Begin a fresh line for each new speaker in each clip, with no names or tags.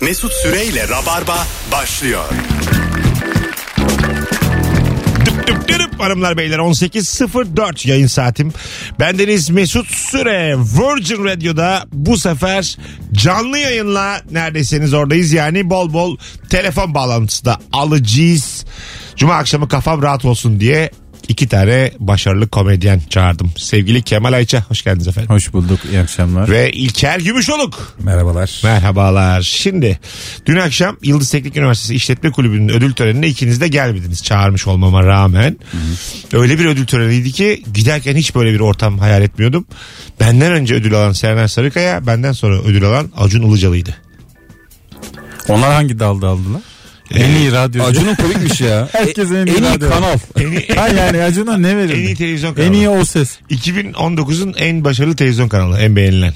Mesut Süreyle Rabarba başlıyor.
Dıp dıp dırıp hanımlar beyler 18.04 yayın saatim. Bendeniz Mesut Süre Virgin Radio'da bu sefer canlı yayınla neredesiniz oradayız. Yani bol bol telefon bağlantısı da alacağız. Cuma akşamı kafam rahat olsun diye iki tane başarılı komedyen çağırdım. Sevgili Kemal Ayça hoş geldiniz efendim.
Hoş bulduk. iyi akşamlar.
Ve İlker Gümüşoluk.
Merhabalar.
Merhabalar. Şimdi dün akşam Yıldız Teknik Üniversitesi İşletme Kulübü'nün ödül törenine ikiniz de gelmediniz çağırmış olmama rağmen. Öyle bir ödül töreniydi ki giderken hiç böyle bir ortam hayal etmiyordum. Benden önce ödül alan Serenay Sarıkaya, benden sonra ödül alan Acun Ilıcalı'ydı.
Onlar hangi dalda aldılar? En iyi radyo.
Acun'un komikmiş ya.
Herkesin en
en
iyi
iyi
radyo.
kanal.
En iyi,
Ha yani Acun'a ne verildi?
en iyi televizyon
En iyi
kanalı.
o ses.
2019'un en başarılı televizyon kanalı, en beğenilen.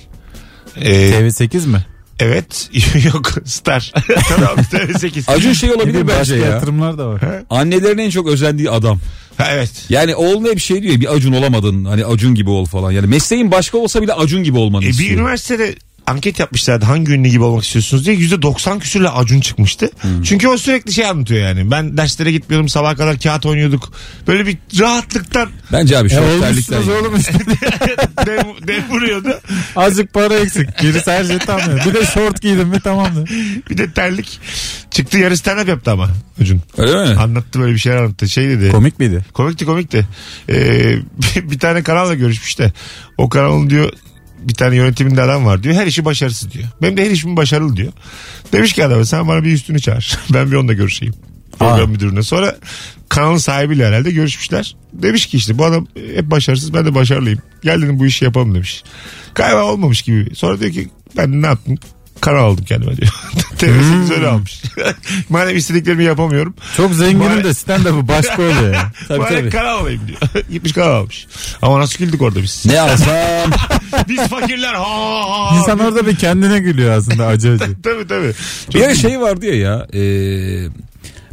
Ee,
TV8 mi?
evet. Yok. Star. tamam. TV8.
Acun şey
Bir
olabilir
de
bence
başka
ya.
yatırımlar da var.
Annelerin en çok özendiği adam.
Ha, evet.
Yani oğluna hep şey diyor ya, bir Acun olamadın. Hani Acun gibi ol falan. Yani mesleğin başka olsa bile Acun gibi olmanı
E, bir
istiyor.
üniversitede anket yapmışlardı hangi ünlü gibi olmak istiyorsunuz diye %90 küsürle Acun çıkmıştı. Çünkü o sürekli şey anlatıyor yani. Ben derslere gitmiyorum sabah kadar kağıt oynuyorduk. Böyle bir rahatlıktan
Bence abi şu
Ya
terlikler.
olmuşsunuz
ya.
oğlum işte.
dem, dem vuruyordu.
Azıcık para eksik. Gerisi her şey tam ya. Bir de şort giydim mi tamamdır.
Bir de terlik. Çıktı yarı stand up yaptı ama Acun.
Öyle mi?
Anlattı böyle bir şeyler anlattı. Şey dedi.
Komik miydi?
Komikti komikti. Ee, bir tane kanalla görüşmüş de o kanalın diyor bir tane yönetiminde adam var diyor. Her işi başarısız diyor. Benim de her işim başarılı diyor. Demiş ki adama sen bana bir üstünü çağır. Ben bir onunla görüşeyim. Program müdürüne. Sonra kanalın sahibiyle herhalde görüşmüşler. Demiş ki işte bu adam hep başarısız ben de başarılıyım. Gel dedim bu işi yapalım demiş. Galiba olmamış gibi. Sonra diyor ki ben ne yaptım? Karar aldım kendime diyor. TV8 öyle almış. Madem istediklerimi yapamıyorum.
Çok
Bari-
zenginim de stand-up'ı başka oluyor ya.
Tabii,
Bari
tabii.
kara alayım diyor. Gitmiş kara almış. Ama nasıl güldük orada biz.
Ne alsam?
Biz fakirler ha ha. ha.
İnsan orada bir kendine gülüyor aslında acı acı.
Tabii tabii.
bir
Çok
ara şey vardı ya ya. e,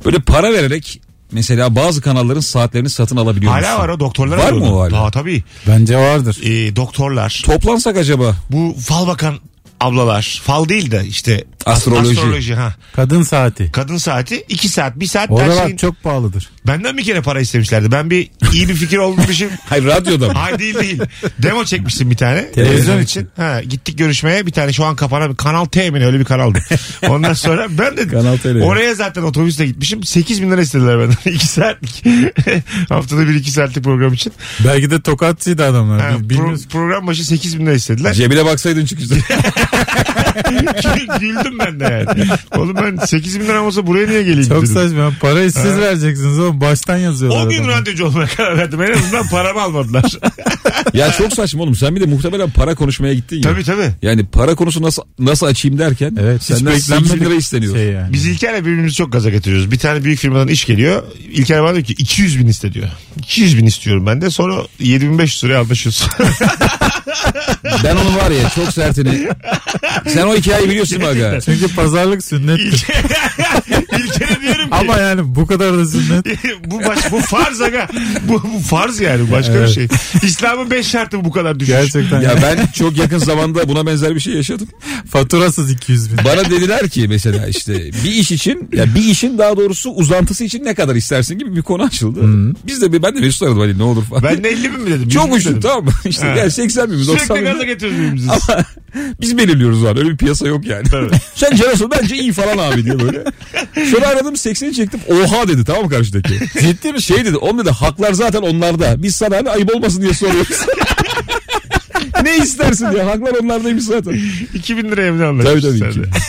böyle para vererek mesela bazı kanalların saatlerini satın alabiliyor
Hala var o doktorlar
Var mı
arıyordu.
o hala?
Ha, tabii.
Bence vardır.
Ee, doktorlar.
Toplansak acaba?
Bu fal bakan ablalar. Fal değil de işte.
Astroloji.
Astroloji ha.
Kadın saati.
Kadın saati 2 saat 1 saat her
Oralar
şeyin-
çok pahalıdır.
Benden bir kere para istemişlerdi. Ben bir iyi bir fikir olduğunu düşünüp
Hayır radyoda mı?
Hayır değil değil. Demo çekmiştim bir tane.
Televizyon için.
Ha, gittik görüşmeye bir tane şu an kapanan bir Kanal T mi ne? öyle bir kanaldı. Ondan sonra ben de
Kanal T ile.
oraya zaten otobüsle gitmişim. 8 bin lira istediler benden. 2 saatlik. Haftada bir 2 saatlik program için.
Belki de tokatçıydı adamlar.
Ha,
Biz bilmiyoruz
pro- program başı 8 bin lira istediler.
Cebine baksaydın çıkışta.
Gü- Güldüm ben de yani. Oğlum ben 8 bin lira olsa buraya niye geleyim
Çok
dedim.
saçma. Parayı siz vereceksiniz oğlum. Baştan yazıyorlar.
O gün
adamı.
radyocu olmaya karar verdim. En azından paramı almadılar.
ya çok saçma oğlum. Sen bir de muhtemelen para konuşmaya gittin ya.
tabii tabii.
Yani para konusu nasıl nasıl açayım derken
Evet.
senden 8 lira isteniyor.
Şey yani.
Biz İlker'le birbirimizi çok gaza getiriyoruz. Bir tane büyük firmadan iş geliyor. İlker bana diyor ki 200 bin iste diyor. 200 bin istiyorum ben de. Sonra 7500 liraya anlaşıyoruz.
Ben onun var ya çok sertini. Sen o hikayeyi biliyorsun bak ha.
Çünkü pazarlık sünnettir.
İlker, İlker'e diyorum ki
Ama yani bu kadar da sünnet.
bu, baş, bu farz aga. Bu, bu farz yani başka bir şey. İslam'ın 5 şartı bu kadar düşmüş.
Gerçekten.
Ya
yani.
ben çok yakın zamanda buna benzer bir şey yaşadım.
Faturasız 200 bin.
Bana dediler ki mesela işte bir iş için ya bir işin daha doğrusu uzantısı için ne kadar istersin gibi bir konu açıldı. Biz de bir ben de Mesut aradım hani ne olur falan.
Ben de 50 bin mi dedim?
çok
100 bin
uçtum
dedim.
tamam mı? İşte
Ha.
yani 80 bin mi, 90
Sürekli
bin.
gaza
mi?
getiriyoruz birbirimizi.
Ama biz belirliyoruz var öyle bir piyasa yok yani.
Tabii.
Sen nasıl bence iyi falan abi diye böyle. Sonra aradım 80'i çektim. Oha dedi tamam mı karşıdaki. Ciddi mi? Şey dedi. Oğlum dedi haklar zaten onlarda. Biz sana hani ayıp olmasın diye soruyoruz. ne istersin diye. Haklar onlardaymış zaten.
2000 liraya evden
Tabii
anlaşıyoruz.
tabii. ki.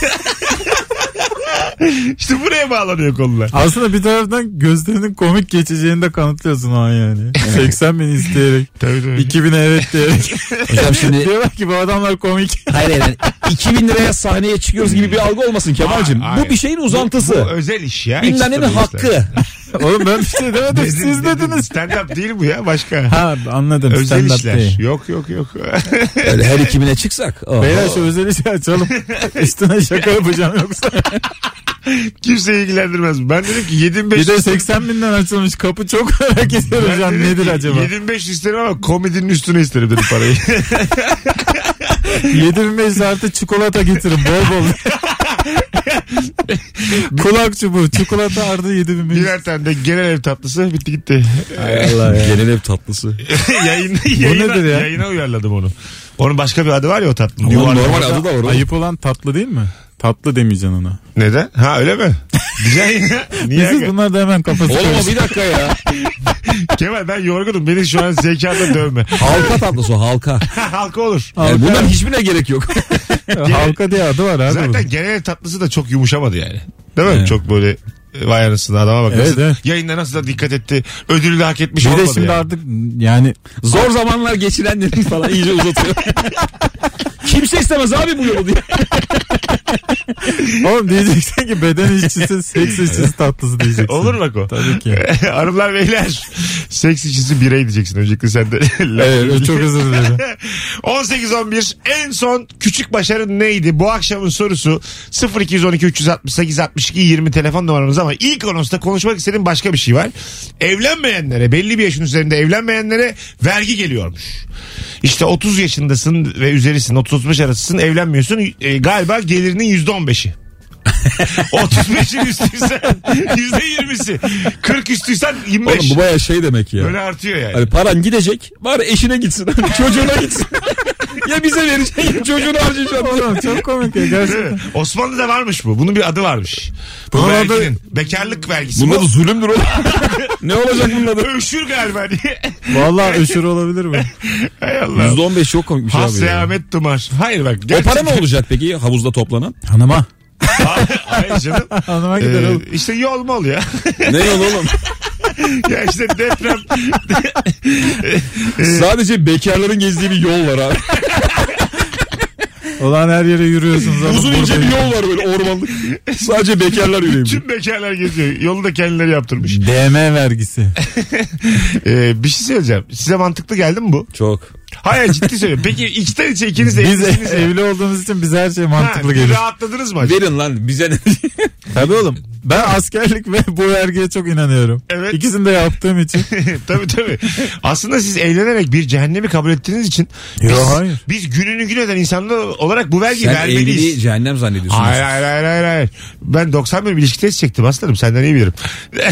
işte buraya bağlanıyor konular.
Aslında bir taraftan gözlerinin komik geçeceğini de kanıtlıyorsun o an yani. 80 bin isteyerek.
Tabii tabii.
2000 evet diyerek.
Hocam şimdi
Diyorlar ki bu adamlar komik.
hayır hayır. yani 2000 liraya sahneye çıkıyoruz gibi bir algı olmasın Kemal'cim.
Hayır, hayır.
Bu bir şeyin
Bu
uzantısı.
özel iş ya.
Bilmem ne bir
Ekstra bir işler.
hakkı.
Oğlum ben bir şey demedim.
Dedim,
Siz
dedim.
dediniz.
Stand up değil bu ya başka.
Ha anladım.
Özel
Stand-up
işler.
değil.
Yok yok yok.
Öyle her ikimine çıksak. Oh.
Beyler şu özel işi açalım. Üstüne şaka yapacağım yoksa.
Kimse ilgilendirmez. bu. Ben dedim ki 7500
Bir de 80 binden açılmış kapı çok merak ediyorum
Ben
hocam
dedim
nedir
ki,
acaba?
7500 isterim ama komedinin üstüne isterim dedim parayı.
7500 artı çikolata getirin bol bol. Kulak çubuğu. Çikolata ardı 7500.
Birer tane de genel ev tatlısı bitti gitti.
Oh,
Allah ya.
Genel ev tatlısı.
Yayın, yayına,
nedir ya?
yayına uyarladım onu. Onun başka bir adı var ya o tatlının.
Onun
Yuvarlak.
normal adı da var. oğlum.
Ayıp olan tatlı değil mi? Tatlı demeyeceksin ona.
Neden? Ha öyle mi? Diyeceksin ya. Niye?
Siz bunlar da hemen kafası
Oğlum o
karıştı.
bir dakika ya.
Kemal ben yorgunum. Beni şu an zekanda dövme.
Halka tatlısı o halka.
Halka olur.
Yani bunların hiçbirine gerek yok.
Halka diye adı var abi.
Zaten
Zaten...
genel ev tatlısı da çok yumuşamadı yani. Değil mi?
Evet.
Çok böyle e, vay anasını adama bak.
Evet,
Nasıl-
evet.
Yayında nasıl da dikkat etti. Ödülü de hak etmiş
Bir
şey olmadı
de şimdi
yani.
artık yani
Zor zamanlar geçirenlerin falan iyice uzatıyor. Kimse istemez abi bu yolu diye.
oğlum diyeceksin ki beden işçisi seks işçisi tatlısı diyeceksin.
Olur bak o.
Tabii ki.
Hanımlar beyler. Seks işçisi birey diyeceksin. Öncelikle sen de.
Evet, çok özür dilerim.
18-11 en son küçük başarın neydi? Bu akşamın sorusu 0212 368 62 20 telefon numaramız ama ilk anonsta konuşmak istediğim başka bir şey var. Evlenmeyenlere belli bir yaşın üzerinde evlenmeyenlere vergi geliyormuş. İşte 30 yaşındasın ve üzerisin 30-35 arasısın evlenmiyorsun E, galiba gelirinin %15'i. 35'in üstüysen %20'si. 40 üstüysen 25.
Oğlum bu baya şey demek ya.
Böyle artıyor yani.
Hani paran gidecek bari eşine gitsin. Hani çocuğuna gitsin. ya bize verecek ya çocuğunu harcayacaksın.
Oğlum çok komik ya
Değil
gerçekten.
mi? Osmanlı'da varmış bu. Bunun bir adı varmış. Bu
Bunun
verginin. Bekarlık vergisi.
Bunda da
Bu
zulümdür oğlum. ne olacak bunun adı?
öşür galiba diye.
Vallahi öşür olabilir mi?
Hay Allah.
%15 çok komik bir şey
Has
abi. ya.
Ahmet Dumar. Hayır bak.
O para
gerçekten-
ne olacak peki havuzda toplanan?
Hanıma.
Hayır canım.
Hanıma gider
Ee,
oğlum.
işte yol mu oluyor?
ne yol oğlum?
ya işte deprem Ee.
Sadece bekarların gezdiği bir yol var abi.
Ulan her yere yürüyorsunuz. ama
Uzun ince bir
buradayım.
yol var böyle ormanlık. Sadece bekarlar yürüyebilir.
e, tüm bekarlar geziyor. Yolu da kendileri yaptırmış.
DM vergisi.
Ee, bir şey söyleyeceğim. Size mantıklı geldi mi bu?
Çok.
Hayır ciddi söylüyorum. Peki içten içe ikiniz de
Biz
evlisiniz ya.
evli olduğumuz için bize her şey
Ha,
mantıklı gelir.
Rahatladınız mı acaba?
Verin lan bize ne?
Tabii oğlum. Ben askerlik ve bu vergiye çok inanıyorum.
Evet.
İkisini de yaptığım için.
tabii tabii. Aslında siz evlenerek bir cehennemi kabul ettiğiniz için
Yo,
biz,
hayır.
biz gününü gün eden insanlar olarak bu vergiyi
Sen
vermeliyiz.
evliliği cehennem zannediyorsun.
Hayır hayır hayır hayır. hayır. Ben 90 bölüm ilişki testi çektim aslanım senden iyi bilirim.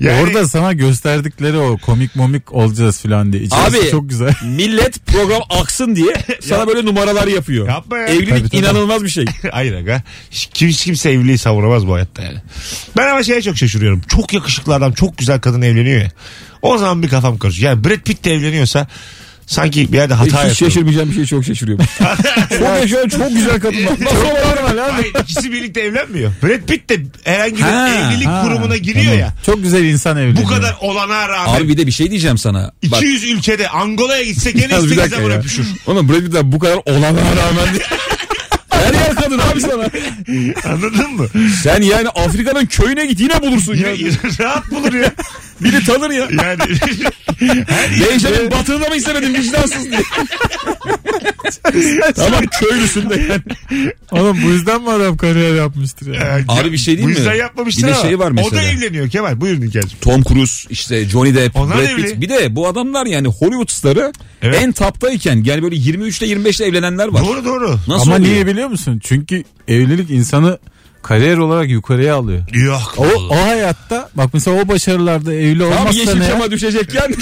Yani-
Orada sana gösterdikleri o komik momik olacağız filan diye. İçerisi
Abi-
çok güzel.
Millet program aksın diye sana böyle numaralar yapıyor.
Yapma ya.
Evlilik
Tabii, tabii.
inanılmaz bir şey.
Hayır aga. Hiç- Kimse, kimse evliliği savunamaz bu hayatta yani. Ben ama şeye çok şaşırıyorum. Çok yakışıklı adam çok güzel kadın evleniyor ya. O zaman bir kafam karışıyor. Yani Brad Pitt de evleniyorsa sanki bir yerde hata
Hiç
yapıyor.
şaşırmayacağım bir şey çok şaşırıyorum. çok yaşayan çok güzel kadınlar. Nasıl normal abi?
Hayır ikisi birlikte evlenmiyor. Brad Pitt de herhangi bir
Ha,
evlilik
Ha,
kurumuna giriyor
tamam.
ya.
Çok güzel insan evleniyor.
Bu kadar olana rağmen.
Abi bir de bir şey diyeceğim sana. Bak,
200 ülkede Angola'ya gitse gene
Yalnız bir
istediği
dakika
zaman
ya.
öpüşür.
Oğlum Brad Pitt'ten bu kadar olana rağmen diye. Her yer kadın abi sana.
Anladın mı?
Sen yani Afrika'nın köyüne git yine bulursun ya.
Rahat bulur ya.
Biri tanır ya.
Yani
Değişenin batığında mı istemedin vicdansız diye. tamam köylüsün de yani.
Oğlum bu yüzden mi adam kariyer yapmıştır ya?
Abi bir şey
bu
değil mi?
yüzden yapmamıştır
Bir de
ama
şey var
O da
mesela.
evleniyor Kemal. Buyurun İlker'cim.
Tom Cruise işte Johnny Depp,
Onlar
Brad
evli.
Pitt. Bir de bu adamlar yani Hollywood starı
Evet.
en taptayken yani böyle 23 ile 25 ile evlenenler var.
Doğru doğru.
Nasıl
Ama
oluyor?
niye biliyor musun? Çünkü evlilik insanı kariyer olarak yukarıya alıyor.
Yok.
O, o hayatta bak mesela o başarılarda evli
Tam
olmazsa
yeşil
ne?
çama düşecekken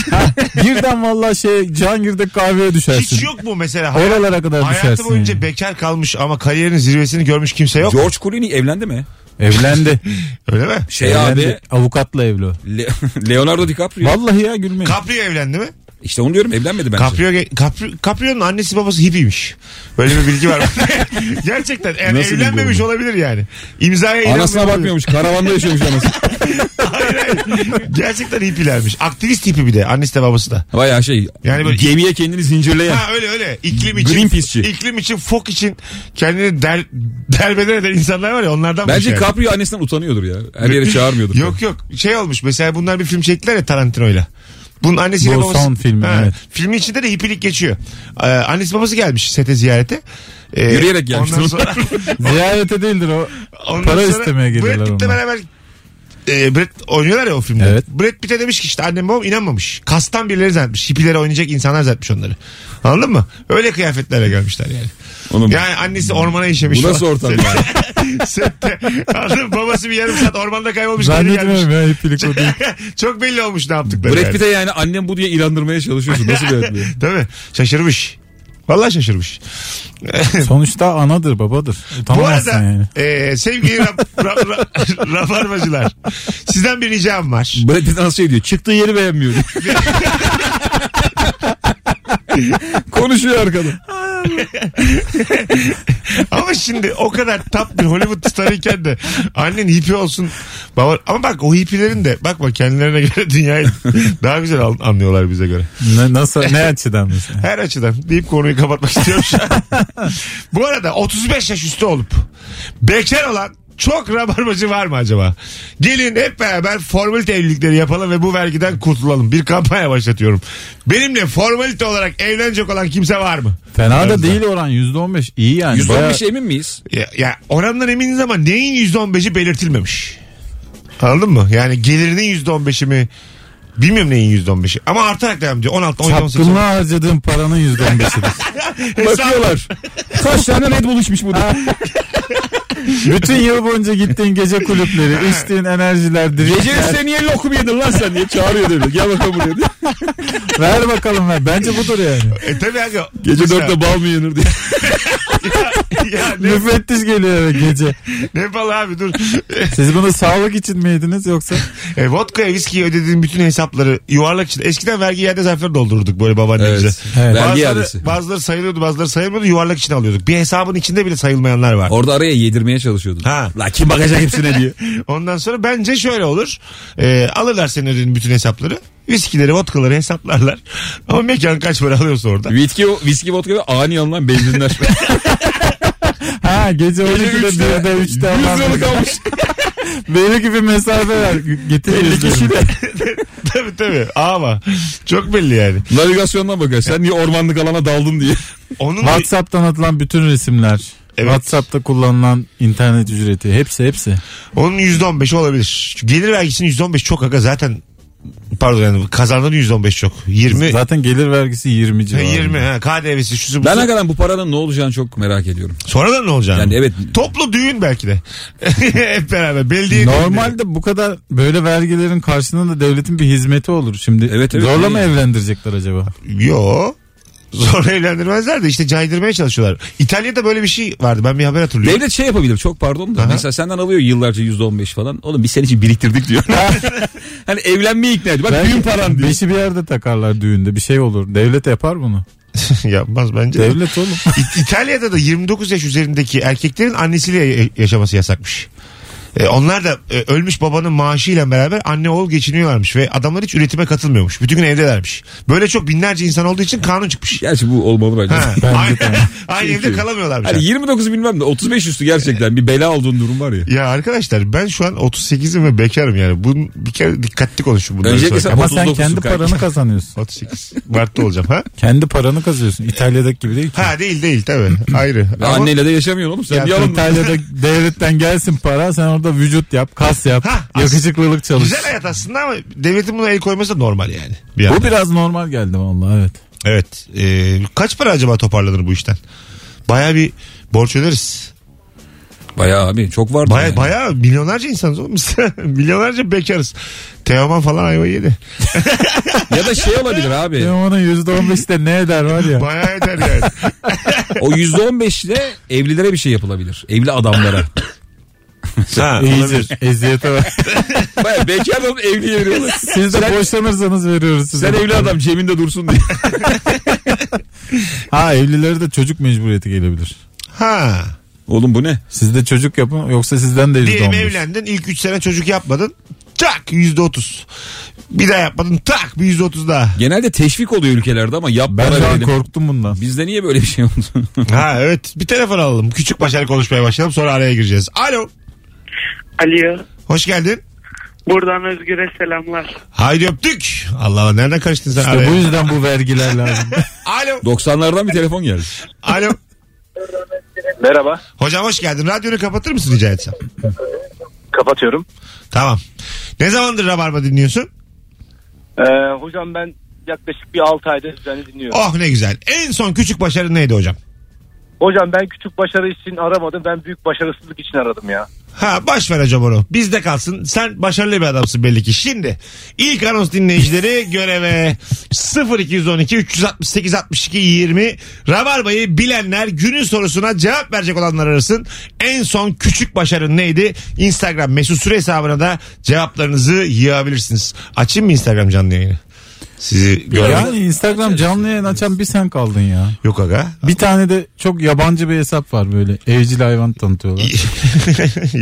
Birden vallahi şey Cangir'de kahveye düşersin.
Hiç yok mu mesela? Hayat-
Oralara kadar
Hayatı
düşersin.
boyunca
yani.
bekar kalmış ama kariyerin zirvesini görmüş kimse yok.
George Clooney evlendi mi?
Evlendi.
Öyle mi?
Şey
Evlendi.
abi
Avukatla evli o.
Le- Leonardo DiCaprio.
Vallahi ya gülmeyin.
Caprio evlendi mi?
işte onu diyorum evlenmedi bence.
Caprio, Caprio- Caprio'nun annesi babası hippiymiş. Böyle bir bilgi var. Gerçekten yani
Nasıl bilgi
evlenmemiş olabilir yani. İmzaya
Anasına
inanmıyor.
bakmıyormuş. Karavanda yaşıyormuş anası.
Hayır, hayır. Gerçekten hippilermiş. Aktivist hippi bir de. Annesi de babası da.
Baya şey.
Yani
Yani
böyle-
gemiye kendini zincirleyen.
Ha öyle öyle. İklim için.
Greenpeace'çi.
İklim için, fok için kendini der, derbeder eden insanlar var ya onlardan
Bence
yani.
Caprio annesinden utanıyordur ya. Her yere çağırmıyordur.
şey. Yok yok şey olmuş mesela bunlar bir film çektiler ya Tarantino'yla. Bunun annesiyle
Bu
babası.
son filmi, evet.
Filmin içinde de hippilik geçiyor. Ee, annesi babası gelmiş sete ziyarete. Ee,
Yürüyerek gelmiş.
Ondan sonra,
Ziyarete değildir o.
ondan
Para
sonra
istemeye
Brad
geliyorlar
Pitt'le
onlar.
beraber e, Brad oynuyorlar ya o filmde.
Evet.
Brad Pitt'e demiş ki işte annem babam inanmamış. Kastan birileri zannetmiş. Hippilere oynayacak insanlar zannetmiş onları. Anladın mı? Öyle kıyafetlerle gelmişler yani.
Onun
Yani annesi ormana işemiş.
bu nasıl
falan.
ortam ya?
Sette. Anladın mı? Babası bir yarım saat ormanda kaybolmuş. geri gelmiş.
Zannetmiyorum ya heplik o değil.
Çok belli olmuş ne yaptıkları.
Brad
yani.
Pitt'e yani annem bu diye inandırmaya çalışıyorsun. Nasıl bir hayat bu?
Tabii. Şaşırmış. Vallahi şaşırmış.
Sonuçta anadır babadır.
Bu
Utanamazsın
arada
yani.
e, sevgili rab, rab, rab- rabarbacılar sizden bir ricam var.
Brad Pitt nasıl şey diyor? Çıktığı yeri beğenmiyor. diyor. Konuşuyor arkada.
Ama şimdi o kadar tap bir Hollywood starıyken de annen hippie olsun. Baba, ama bak o hippilerin de bakma kendilerine göre dünyayı daha güzel an- anlıyorlar bize göre.
Ne, nasıl ne açıdan mesela?
Her açıdan deyip konuyu kapatmak istiyorum şu an. Bu arada 35 yaş üstü olup bekar olan çok rabarbacı var mı acaba? Gelin hep beraber formalite evlilikleri yapalım ve bu vergiden kurtulalım. Bir kampanya başlatıyorum. Benimle formalite olarak evlenecek olan kimse var mı?
Fena da değil oran %15 iyi
Hani
yani. Baya-
115 şey emin miyiz?
Ya, ya orandan eminiz ama neyin %15'i belirtilmemiş? Anladın mı? Yani gelirinin %15'i mi? Bilmiyorum neyin %15'i. Ama artarak devam ediyor. 16, 17, 18.
Sapkınlığa harcadığın paranın %15'idir.
Bakıyorlar. Kaç tane Red Bull içmiş bu? da?
Bütün yıl boyunca gittiğin gece kulüpleri, içtiğin enerjiler,
Gece
drinkler.
üstüne niye lokum yedin lan sen diye çağırıyor dedi. Gel bakalım buraya diye.
ver bakalım ver. Bence budur yani.
E tabii aga.
Gece
Mesela-
dörtte bal mı yenir diye.
ya ne,
Müfettiş geliyor eve gece.
ne balı abi dur.
Siz bunu sağlık için mi yediniz yoksa?
E, vodka'ya viskiye ödediğin bütün hesapları yuvarlak için. Eskiden vergi iade zarfları doldururduk böyle babaannemize.
Evet.
Evet.
Vergi iadesi.
Bazıları, bazıları sayılıyordu bazıları sayılmıyordu yuvarlak için alıyorduk. Bir hesabın içinde bile sayılmayanlar var.
Orada araya yedirmeye çalışıyordun.
Ha.
La kim bakacak hepsine diye.
Ondan sonra bence şöyle olur. E, alırlar senin ödediğin bütün hesapları. Viskileri, vodkaları hesaplarlar. Ama mekan kaç para alıyorsa orada.
Vitki, viski vodka ve ani alınan benzinler.
Ha gece 12'de 1'de 3'te
100
alan.
liralık almış.
Benim gibi mesafe var. Getirin
50 kişi
izlerim.
de.
tabii tabii. Ama çok belli yani.
Navigasyondan bakar. Sen niye ormanlık alana daldın diye.
Onun
Whatsapp'tan atılan bütün resimler.
Evet.
Whatsapp'ta kullanılan internet ücreti. Hepsi hepsi.
onun %15'i olabilir. Çünkü Gelir vergisinin %15 çok aga zaten pardon yani kazandığın %15 çok. 20
Zaten gelir vergisi 20
Ha,
civarında.
20 ha KDV'si şusu busu.
Ben hakikaten bu paranın ne olacağını çok merak ediyorum.
Sonradan ne olacak?
Yani evet.
Toplu düğün belki de. Hep beraber. Belediye düğünleri.
Normalde bu kadar böyle vergilerin karşılığında da devletin bir hizmeti olur. Şimdi
Evet, evet,
zorla
değil
mı
yani.
evlendirecekler acaba?
Yo. Zor evlendirmezler de işte caydırmaya çalışıyorlar. İtalya'da böyle bir şey vardı. Ben bir haber hatırlıyorum.
Devlet şey yapabilir çok pardon da
Aha.
mesela senden alıyor yıllarca %15 falan. Oğlum biz senin için biriktirdik diyor. hani evlenmeye ikna ediyor. Bak düğün paran diyor.
Beşi bir yerde takarlar düğünde bir şey olur. Devlet yapar bunu.
Yapmaz bence.
Devlet oğlum.
İ- İtalya'da da 29 yaş üzerindeki erkeklerin annesiyle ya- yaşaması yasakmış. E, onlar da e, ölmüş babanın maaşıyla beraber anne oğul geçiniyorlarmış ve adamlar hiç üretime katılmıyormuş. Bütün gün evdelermiş. Böyle çok binlerce insan olduğu için kanun çıkmış.
Gerçi bu olmalı bence.
Ha,
Bence
aynı,
de.
aynı
Çünkü-
evde kalamıyorlarmış.
Hani 29 bilmem de 35 üstü gerçekten bir bela olduğun durum var ya.
Ya arkadaşlar ben şu an 38'im ve bekarım yani. Bunun bir kere dikkatli konuşun bundan
Öncelikle
sonra.
sen-
Ama sen
39'sun
kendi
kanka.
paranı kazanıyorsun.
38 Mart'ta olacağım ha?
Kendi paranı kazıyorsun. İtalya'daki gibi değil ki.
Ha değil değil tabii. Ayrı.
Ve
Ama-
anneyle de yaşamıyorsun oğlum. Sen
Ya
niye alındın?
İtalya'da devletten gelsin para sen orada vücut yap, kas yap,
Ha, as-
yakışıklılık çalış.
Güzel hayat aslında ama devletin buna el koyması da normal yani. Bir
Bu
yandan.
biraz normal geldi vallahi evet.
Evet. Ee, kaç para acaba toparlanır bu işten? Baya bir borç öderiz.
Bayağı abi çok vardı.
Baya
yani.
baya milyonlarca insanız oğlum biz. milyonlarca bekarız. Teoman falan ayva yedi.
Ya da şey olabilir abi.
Benim onun %15'i de ne eder var ya.
Baya eder yani.
O %15 ile evlilere bir şey yapılabilir. Evli adamlara.
ha, olabilir.
İyice eziyete var.
Baya bekar adam evliye veriyorlar.
Siz de boşanırsanız veriyoruz size.
Sen evli adam cebinde dursun diye.
Ha evlilere de çocuk mecburiyeti gelebilir.
ha.
Oğlum bu ne?
Siz de çocuk yapın yoksa sizden de
Diyelim
%15.
evlendin ilk 3 sene çocuk yapmadın. Tak yüzde otuz. Bir daha yapmadın tak bir yüzde otuz daha.
Genelde teşvik oluyor ülkelerde ama yap
Ben
bana
şu an
verelim.
korktum bundan.
Bizde niye böyle bir şey oldu?
ha evet bir telefon alalım. Küçük başarı konuşmaya başlayalım sonra araya gireceğiz. Alo.
Alo.
Hoş geldin.
Buradan Özgür'e selamlar.
Haydi öptük. Allah Allah nereden kaçtın sen
İşte
araya?
bu yüzden bu vergiler lazım.
Alo.
90'lardan bir telefon geldi.
Alo.
Merhaba.
Hocam hoş geldin. Radyonu kapatır mısın rica etsem?
Kapatıyorum.
Tamam. Ne zamandır Rabarba dinliyorsun?
Ee, hocam ben yaklaşık bir 6 aydır düzenli dinliyorum.
Oh ne güzel. En son küçük başarın neydi hocam?
Hocam ben küçük başarı için aramadım. Ben büyük başarısızlık için aradım ya.
Ha baş ver hocam onu. Bizde kalsın. Sen başarılı bir adamsın belli ki. Şimdi ilk anons dinleyicileri göreve 0212 368 62 20 Rabarba'yı bilenler günün sorusuna cevap verecek olanlar arasın. En son küçük başarın neydi? Instagram mesut süre hesabına da cevaplarınızı yığabilirsiniz. Açayım mı Instagram canlı yayını? Sizi görmek.
Yani Instagram canlı yayın açan bir sen kaldın ya.
Yok aga.
Bir tane de çok yabancı bir hesap var böyle. Evcil hayvan tanıtıyorlar.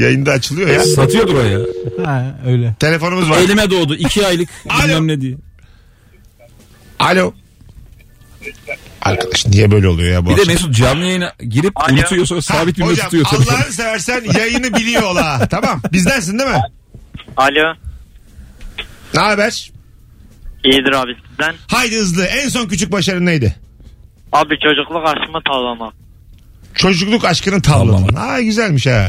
Yayında açılıyor ya.
Satıyordur o ya.
ha, öyle.
Telefonumuz var.
Elime doğdu. iki aylık
Alo.
bilmem ne diye.
Alo. Arkadaş niye böyle oluyor ya bu
Bir de
akşam?
Mesut canlı yayına girip unutuyor sonra sabit bir
Hocam
tutuyor. telefonu.
Allah'ını seversen yayını biliyor ol ha. Tamam bizdensin değil mi?
Alo.
Ne haber?
İyidir abi sizden.
Haydi hızlı en son küçük başarın neydi?
Abi çocukluk aşkımı tavlama.
Çocukluk aşkını tavladın. Ha güzelmiş ha.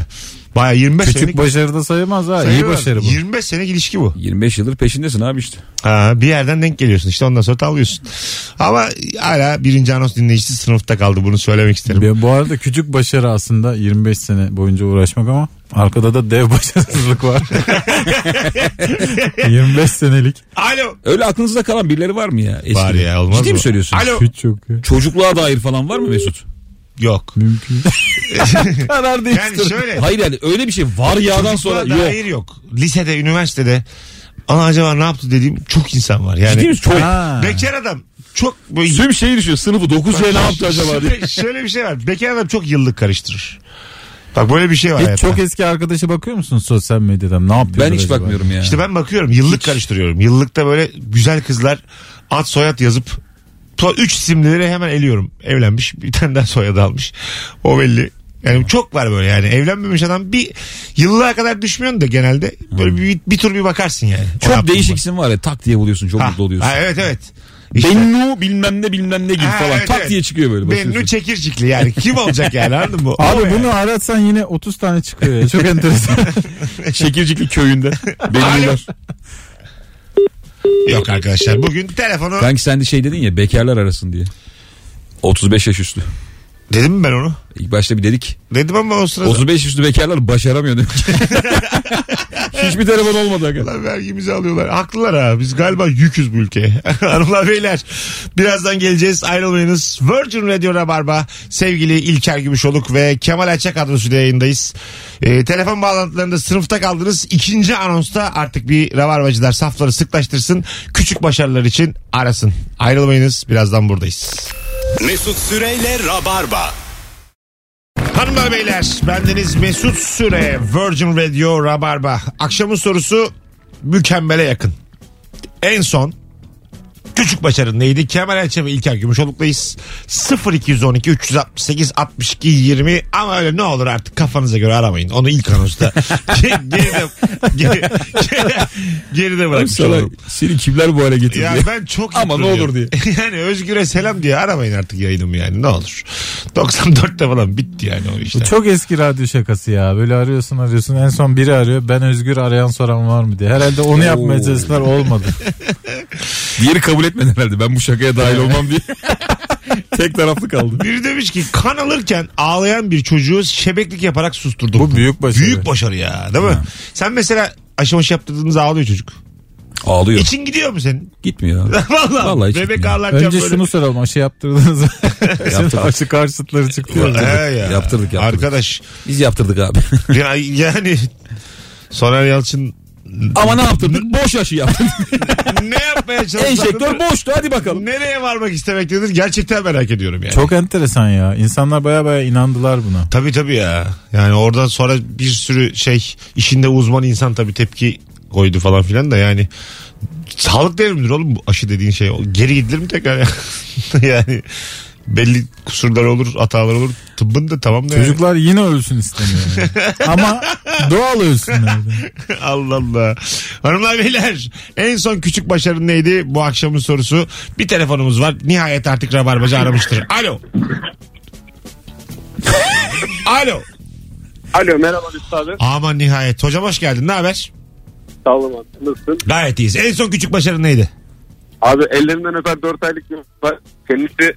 Baya 25
Küçük
senelik
başarı da sayılmaz ha. İyi
sayılır.
başarı bu.
25 senelik ilişki bu.
25 yıldır peşindesin abi işte.
Ha, bir yerden denk geliyorsun işte ondan sonra tavlıyorsun. Ama hala birinci anons dinleyicisi sınıfta kaldı bunu söylemek isterim.
Ben bu arada küçük başarı aslında 25 sene boyunca uğraşmak ama arkada da dev başarısızlık var. 25 senelik.
Alo.
Öyle aklınızda kalan birileri var mı ya? Eskiden?
Var ya, olmaz
Ciddi
mı?
mi söylüyorsun?
Alo.
Hiç çok ya.
Çocukluğa dair falan var mı Mesut?
Yok.
mümkün. Karar
Yani şöyle.
Hayır yani öyle bir şey var yağdan sonra
Çocukluğa
yok.
dair yok. Lisede, üniversitede. Ana acaba ne yaptı dediğim çok insan var. Yani
Ciddi misin? Çok.
Ha.
Bekar adam çok böyle
Tüm şeyi düşüyor. Sınıfı 9C şey ne yaptı acaba diye.
şöyle, şöyle bir şey var. Bekar adam çok yıllık karıştırır. Bak böyle bir şey var
Hiç
hayatta.
çok eski arkadaşa bakıyor musun sosyal medyadan? Ne yapıyor?
Ben hiç bakmıyorum ya.
İşte ben bakıyorum yıllık karıştırıyorum. Yıllıkta böyle güzel kızlar ad soyad yazıp to üç isimleri hemen eliyorum. Evlenmiş bir tane daha soyadı almış. O belli. Yani çok var böyle yani evlenmemiş adam bir yıllığa kadar düşmüyorsun da genelde böyle bir, bir tur bir bakarsın yani. O
çok
yaptım
değişik
mı?
isim var ya tak diye buluyorsun çok
Ha,
mutlu oluyorsun.
ha, evet evet.
Bennu bilmem ne bilmem ne gibi
Ha,
falan
evet,
tak
evet.
diye çıkıyor böyle.
Bennu
bakıyorsun.
çekircikli yani kim olacak yani anladın mı? O
Abi
yani.
bunu aratsan yine 30 tane çıkıyor ya. Çok enteresan.
Çekircikli köyünde.
Alo.
Bennu'lar.
Yok arkadaşlar bugün telefonu
Kanki sen de şey dedin ya bekarlar arasın diye. 35 yaş üstü.
dedim mi ben onu?
İlk başta bir dedik.
Dedim ama o sırada
35 üstü bekarlar başaramıyor demek ki. Hiçbir telefon olmadı hakikaten.
Lan vergimizi alıyorlar. Haklılar ha. Biz galiba yüküz bu ülkeye. Hanımlar beyler birazdan geleceğiz. Ayrılmayınız. Virgin Radio Rabarba sevgili İlker Gümüşoluk ve Kemal Ayça kadrosuyla yayındayız. Ee, telefon bağlantılarında sınıfta kaldınız. İkinci anonsta artık bir Rabarbacılar safları sıklaştırsın. Küçük başarılar için arasın. Ayrılmayınız. Birazdan buradayız.
Mesut Süreyle Rabarba.
Hanımlar beyler bendeniz Mesut Süre Virgin Radio Rabarba. Akşamın sorusu mükemmele yakın. En son küçük başarın neydi? Kemal Elçe ve İlker Gümüşoluk'tayız. 0212 368 62 20 ama öyle ne olur artık kafanıza göre aramayın. Onu ilk anonsta ge- geride, ge- ge- geride bırakmış
Sana
olurum.
seni kimler bu hale getirdi?
Ya
diye.
ben çok
Ama ne
yıpranıyorum.
olur
yani Özgür'e selam diye aramayın artık yayınımı yani ne olur. 94'te falan bitti yani o işler.
Bu çok eski radyo şakası ya. Böyle arıyorsun arıyorsun. En son biri arıyor. Ben Özgür arayan soran var mı diye. Herhalde onu yapmaya
Oo.
çalıştılar olmadı.
Diğeri kabul etmedi herhalde. Ben bu şakaya dahil olmam diye. Tek taraflı kaldı.
Biri demiş ki kan alırken ağlayan bir çocuğu şebeklik yaparak susturdum.
Bu büyük başarı.
Büyük başarı ya değil mi? Sen mesela aşı maşı yaptırdığınızda ağlıyor çocuk.
Ağlıyor.
İçin gidiyor mu senin?
Gitmiyor. abi.
Vallahi,
Vallahi hiç
bebek
gitmiyor.
ağlarken
Önce
böyle.
şunu soralım. Aşı yaptırdınız mı? Şimdi
Yaptırdık.
aşı karşıtları çıktı. ya.
He ya.
Yaptırdık, yaptırdık.
Arkadaş
Biz yaptırdık abi.
ya- yani Soner Yalçın
Ama ne yaptırdık? Boş yaşı yaptık.
ne yapmaya
Enjektör
çalıştığını
boştu hadi bakalım.
nereye varmak istemektedir gerçekten merak ediyorum yani.
Çok enteresan ya. İnsanlar baya baya inandılar buna.
Tabii tabii ya. Yani oradan sonra bir sürü şey işinde uzman insan tabii tepki koydu falan filan da yani sağlık devrimidir oğlum bu aşı dediğin şey. Geri gidilir mi tekrar ya? yani belli kusurlar olur, hatalar olur. Tıbbın da tamam da yani.
Çocuklar yine ölsün istemiyor. yani. Ama doğal ölsünler.
Allah Allah. Hanımlar beyler en son küçük başarın neydi bu akşamın sorusu? Bir telefonumuz var. Nihayet artık Rabarbacı aramıştır. Alo. Alo.
Alo merhaba Mesut abi.
Aman nihayet. Hocam hoş geldin. Ne haber?
Sağ olun abi. Nasılsın?
Gayet iyiyiz. En son küçük başarın neydi?
Abi ellerinden öper 4 aylık bir var. Kendisi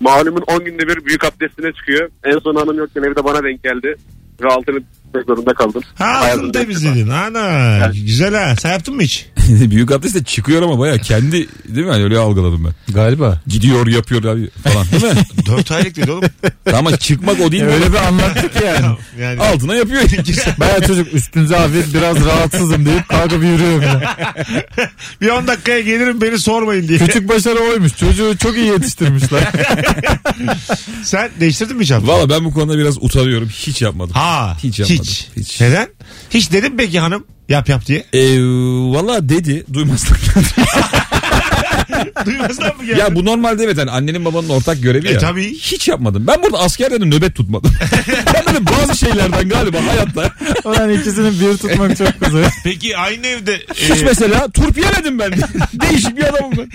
Malumun 10 günde bir büyük abdestine çıkıyor. En son hanım yokken evde bana denk geldi. Ve altını tutmak zorunda kaldım.
Ha
Hayatımda
altını temizledin. Ana güzel ha. Sen yaptın mı hiç?
Büyük abdest de çıkıyor ama baya kendi değil mi? Yani öyle algıladım ben.
Galiba.
Gidiyor yapıyor abi falan değil mi?
Dört aylık dedi oğlum.
Tamam ama çıkmak o değil mi?
E, Öyle bir anlattı ki yani.
Yani
Altına yapıyor.
Baya çocuk üstünüze afiyet biraz rahatsızım deyip kalkıp yürüyorum ya.
bir on dakikaya gelirim beni sormayın diye.
Küçük başarı oymuş. Çocuğu çok iyi yetiştirmişler.
Sen değiştirdin mi hiç altını?
Valla ben bu konuda biraz utanıyorum. Hiç yapmadım.
Ha.
Hiç yapmadım.
Hiç.
Hiç.
Neden? Hiç dedim peki hanım yap yap diye.
Ee, Valla dedi duymazlık.
Duymazdan mı geldin?
ya bu normalde evet hani annenin babanın ortak görevi
E,
ya.
tabii.
Hiç yapmadım. Ben burada askerde de nöbet tutmadım. ben de bazı şeylerden galiba hayatta.
Ulan ikisini bir tutmak çok güzel.
Peki aynı evde e,
Hiç mesela turp yemedim ben. Değişik bir adamım ben.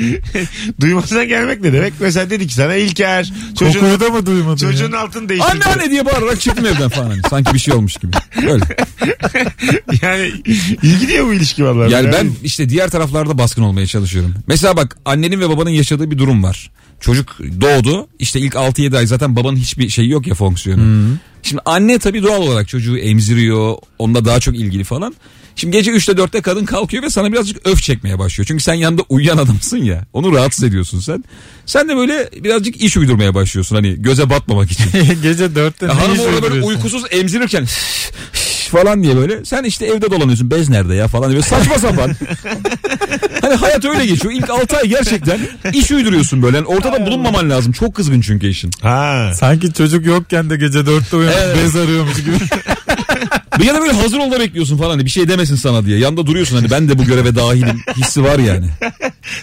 duymazdan gelmek ne demek? Mesela dedik ki sana İlker çocuğun,
Kokuyu da mı duymadın
çocuğun
ya?
altını değiştir.
Anne anne diye bağırarak çıktım evden falan. Hani Sanki bir şey olmuş gibi. Öyle.
Yani iyi gidiyor bu ilişki vallahi.
Yani ben işte diğer taraflarda baskın olmaya çalışıyorum. Mesela bak annenin ve babanın yaşadığı bir durum var. Çocuk doğdu. İşte ilk 6-7 ay zaten babanın hiçbir şeyi yok ya fonksiyonu. Şimdi anne tabii doğal olarak çocuğu emziriyor. Onunla daha çok ilgili falan. Şimdi gece 3'te 4'te kadın kalkıyor ve sana birazcık öf çekmeye başlıyor. Çünkü sen yanında uyuyan adamsın ya. Onu rahatsız ediyorsun sen. Sen de böyle birazcık iş uydurmaya başlıyorsun. Hani göze batmamak için.
Gece dörtte
Ya
ne
hanım
iş
orada böyle
uyduruyorsun?
uykusuz emzirirken falan diye böyle. Sen işte evde dolanıyorsun. Bez nerede ya falan diye. Böyle saçma sapan. hani hayat öyle geçiyor. İlk 6 ay gerçekten iş uyduruyorsun böyle. Yani ortada bulunmaman lazım. Çok kızgın çünkü işin.
Ha.
Sanki çocuk yokken de gece dörtte uyanıp
Evet.
bez arıyormuş gibi.
Bir ya da böyle hazır ol da bekliyorsun falan. Hani bir şey demesin sana diye. Yanda duruyorsun hani ben de bu göreve dahilim hissi var yani.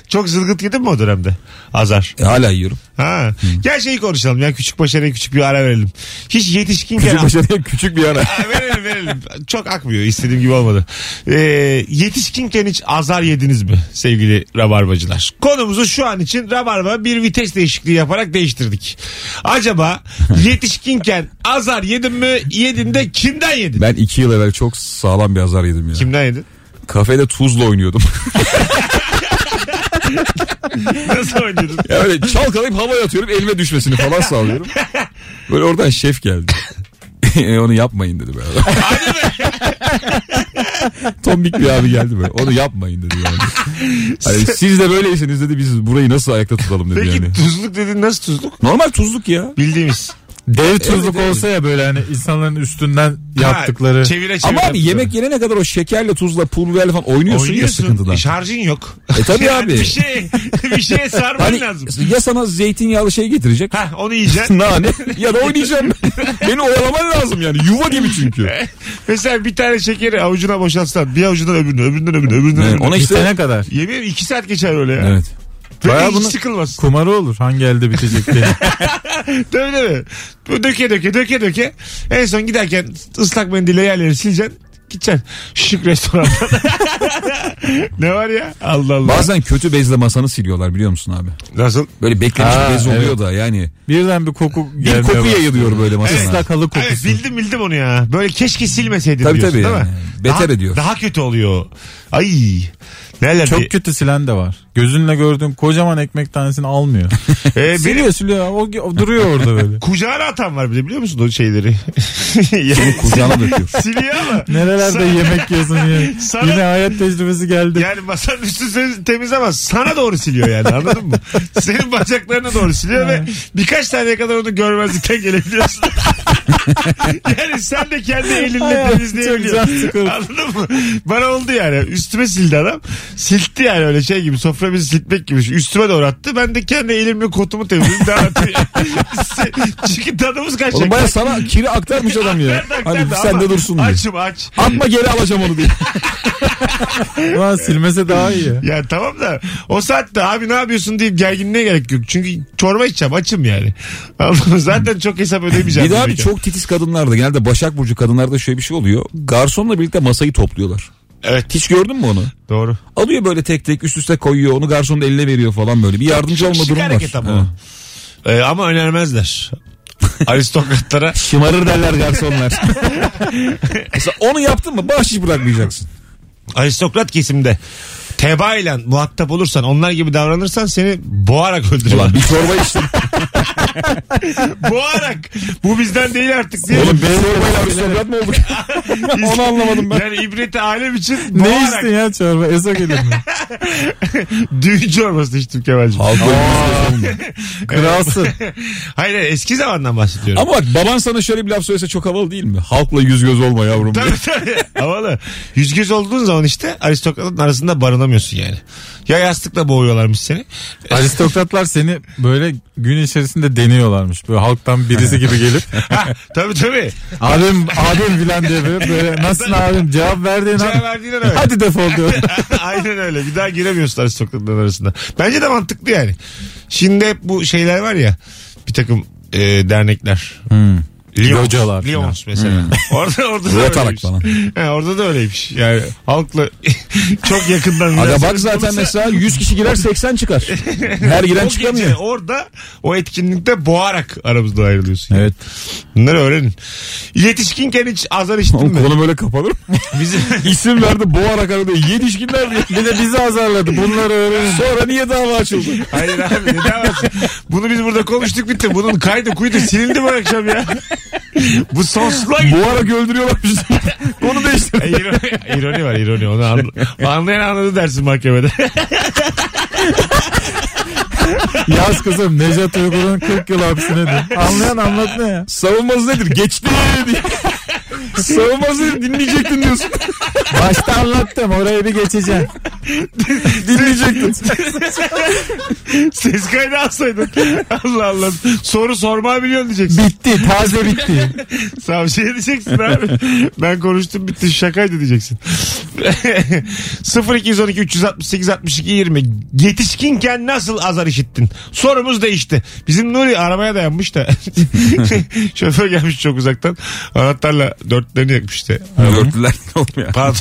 Çok zılgıt yedin mi o dönemde? Azar.
E, hala yiyorum.
Ha. Gel şeyi konuşalım ya küçük başarıya küçük bir ara verelim. Hiç yetişkinken
Küçük başarıya küçük bir ara.
Ha, verelim verelim. Çok akmıyor. İstediğim gibi olmadı. Ee, yetişkinken hiç azar yediniz mi sevgili rabarbacılar? Konumuzu şu an için rabarba bir vites değişikliği yaparak değiştirdik. Acaba yetişkinken azar yedin mi? Yedin de kimden yedin?
Ben 2 yıl evvel çok sağlam bir azar yedim ya.
Kimden yedin?
Kafede tuzla oynuyordum.
Nasıl oynadın?
Ya öyle çalkalayıp havaya atıyorum elime düşmesini falan sağlıyorum. Böyle oradan şef geldi. E, onu yapmayın dedi böyle. Tombik bir abi geldi böyle. Onu yapmayın dedi yani. Hani siz de böyleyseniz dedi biz burayı nasıl ayakta tutalım dedi
Peki
yani.
tuzluk dedin nasıl tuzluk?
Normal tuzluk ya.
Bildiğimiz.
Dev tuzluk
evet.
olsa ya böyle hani insanların üstünden yaptıkları.
Ha, çevire çevire.
Ama abi
yaptıkları.
yemek yenene kadar o şekerle tuzla pul biberle falan oynuyorsun, ya
Oynuyorsun.
sıkıntıdan.
E, şarjın yok.
E tabii
Yani
abi.
bir şey bir şeye sarman
Hani
lazım.
ya sana zeytinyağlı şey getirecek.
Ha onu yiyeceksin.
Nane ya da oynayacağım. Beni oyalaman lazım yani. Yuva gibi çünkü.
Mesela bir tane şekeri avucuna boşaltsan bir avucundan öbürüne öbüründen öbürüne öbüründen
Evet,
öbürüne.
Hani ona işte-
Bitene kadar.
Yemin ederim iki saat geçer öyle ya.
Evet.
Böyle
Bayağı
hiç
bunu-
sıkılmaz.
Kumarı olur hangi elde bitecek diye.
Tabii değil mi? Böyle döke döke döke döke. En son giderken ıslak mendille yerleri sileceksin. Gideceksin. Şık restorandan. ne var ya? Allah Allah.
Bazen kötü bezle masanı siliyorlar biliyor musun abi?
Nasıl?
Böyle beklemiş
Ha,
bir bez oluyor
evet.
da yani.
Birden bir koku
Bir
gelmeye
koku
başlıyor.
yayılıyor böyle masana.
Islak halı kokusu.
Evet bildim bildim onu ya. Böyle keşke silmeseydin
Tabii
diyorsun
tabii
değil mi?
yani. Beter
daha,
ediyor.
Daha kötü oluyor. Ay. Neler
Çok
bir-
kötü silen de var. Gözünle gördüğün kocaman ekmek tanesini almıyor.
E,
Ee, benim
siliyor siliyor. O, o duruyor orada böyle.
kucağına atan var bir de biliyor musun o şeyleri?
Kucağına döküyor.
Siliyor ama.
Nerelerde
Sa-
yemek yiyorsun ya.
Sana-
Yine hayat tecrübesi geldi.
Yani masanın üstü se- temiz ama sana doğru siliyor yani anladın mı? Senin bacaklarına doğru siliyor ve birkaç tane kadar onu görmezlikten gelebiliyorsun. yani sen de kendi elinle
Ay, çok can
temizleyebiliyorsun.
sıkıcı.
Anladın mı? Bana oldu yani. Üstüme sildi adam. Siltti yani öyle şey gibi. Soframızı siltmek gibi. Üstüme doğru attı. Ben de kendi elimle kotumu temizledim. Daha attı. Çünkü tadımız kaçacak.
Oğlum baya sana kiri aktarmış adam ya.
Nereden
Hani
aktardı
sen
ama
de dursun diye.
Açım aç.
Atma geri alacağım onu diye.
Ulan silmese daha iyi. ya.
Ya tamam da o saatte abi ne yapıyorsun deyip gerginliğe gerek yok. Çünkü çorba içeceğim açım yani. Anladın mı? Zaten çok hesap ödemeyeceğim.
Bir de abi
yemeğe.
çok titiz kadınlarda genelde Başak Burcu kadınlarda şöyle bir şey oluyor. Garsonla birlikte masayı topluyorlar.
Evet
Hiç gördün mü onu?
doğru.
Alıyor böyle tek tek üst üste koyuyor onu garsonun eline veriyor falan böyle. Bir yardımcı
Çok
olma
şık
durumu var.
hareket ama o.
Ha.
Ee, ama önermezler. Aristokratlara
Şımarır derler garsonlar. Mesela onu yaptın mı bahşiş bırakmayacaksın.
aristokrat kesimde tebaayla muhatap olursan onlar gibi davranırsan seni boğarak öldürürler.
Ulan bir çorba içtim.
boğarak. Bu bizden değil artık diye.
Oğlum bir çorbayla aristokrat mı olduk? Onu anlamadım ben.
Yani ibreti alem için
Ne
boğarak.
içtin ya çorba? Eso gelir mi?
Düğün çorbası içtim Kemal'cim.
Alkol biz de olmuyor.
Kralsın.
Hayır hayır, eski zamandan bahsediyorum.
Ama bak baban sana şöyle bir laf söylese çok havalı değil mi? Halkla yüz göz olma yavrum.
Tabii tabii. Havalı. Yüz göz olduğun zaman işte aristokratın arasında barınamıyorsun yani. Ya yastıkla boğuyorlarmış seni.
Aristokratlar seni böyle gün içerisinde deniyorlarmış. Böyle halktan birisi gibi gelip
ha, tabii tabii.
abim abim filan diye böyle, böyle nasılsın abim cevap verdiğin
Cevap
an
verdiğine öyle.
hadi defol diyor.
Aynen öyle. Bir daha giremiyorsun aristokratların arasında. Bence de mantıklı yani. Şimdi hep bu şeyler var ya. Bir takım e, dernekler.
Hmm.
Lyons,
Localar falan.
Lyons mesela. Orada orada da
Rotarak
öyleymiş.
falan.
He, orada da öyleymiş. Yani halkla çok yakından.
Aga bak
münasebet
zaten
olursa-
mesela 100 kişi girer 80 çıkar. Her giren
O gece
çıkamıyor.
orada o etkinlikte boğarak aramızda ayrılıyorsun.
Evet.
Bunları öğrenin. Yetişkinken hiç azar içtin
Oğlum
mi?
konu böyle kapanır mı?
Bizim
İsim verdi boğarak aradı. Yetişkinler diye.
Bir de bizi azarladı. Bunları öğrenin.
Sonra niye dava açıldı?
Hayır abi ne davası? Bunu biz burada konuştuk bitti. Bunun kaydı kuydu silindi bu akşam ya. Bu sonsuzluğa gitti.
Boğarak öldürüyorlar bizi. Konu değiştirdi.
ironi, ironi var ironi. Onu anla- anlayan anladı dersin mahkemede.
Yaz kızım Necat Uygur'un 40 yıl hapisine de. Anlayan anlat ne ya?
Savunması nedir? Geçti diye. Savunması nedir? Dinleyecektin diyorsun.
Başta anlattım orayı bir geçeceğim.
Dinleyecektin.
Ses kaydı alsaydın. Allah Allah. Soru sorma biliyorsun diyeceksin.
Bitti taze bitti.
Savcıya şey diyeceksin abi. Ben konuştum bitti şakaydı diyeceksin. 0212 368 62 20 yetişkinken nasıl azar işittin? Sorumuz değişti. Bizim Nuri arabaya dayanmış da şoför gelmiş çok uzaktan. Anahtarla dörtlerini yakmıştı.
Dörtlüler ne olmuyor?
Pardon.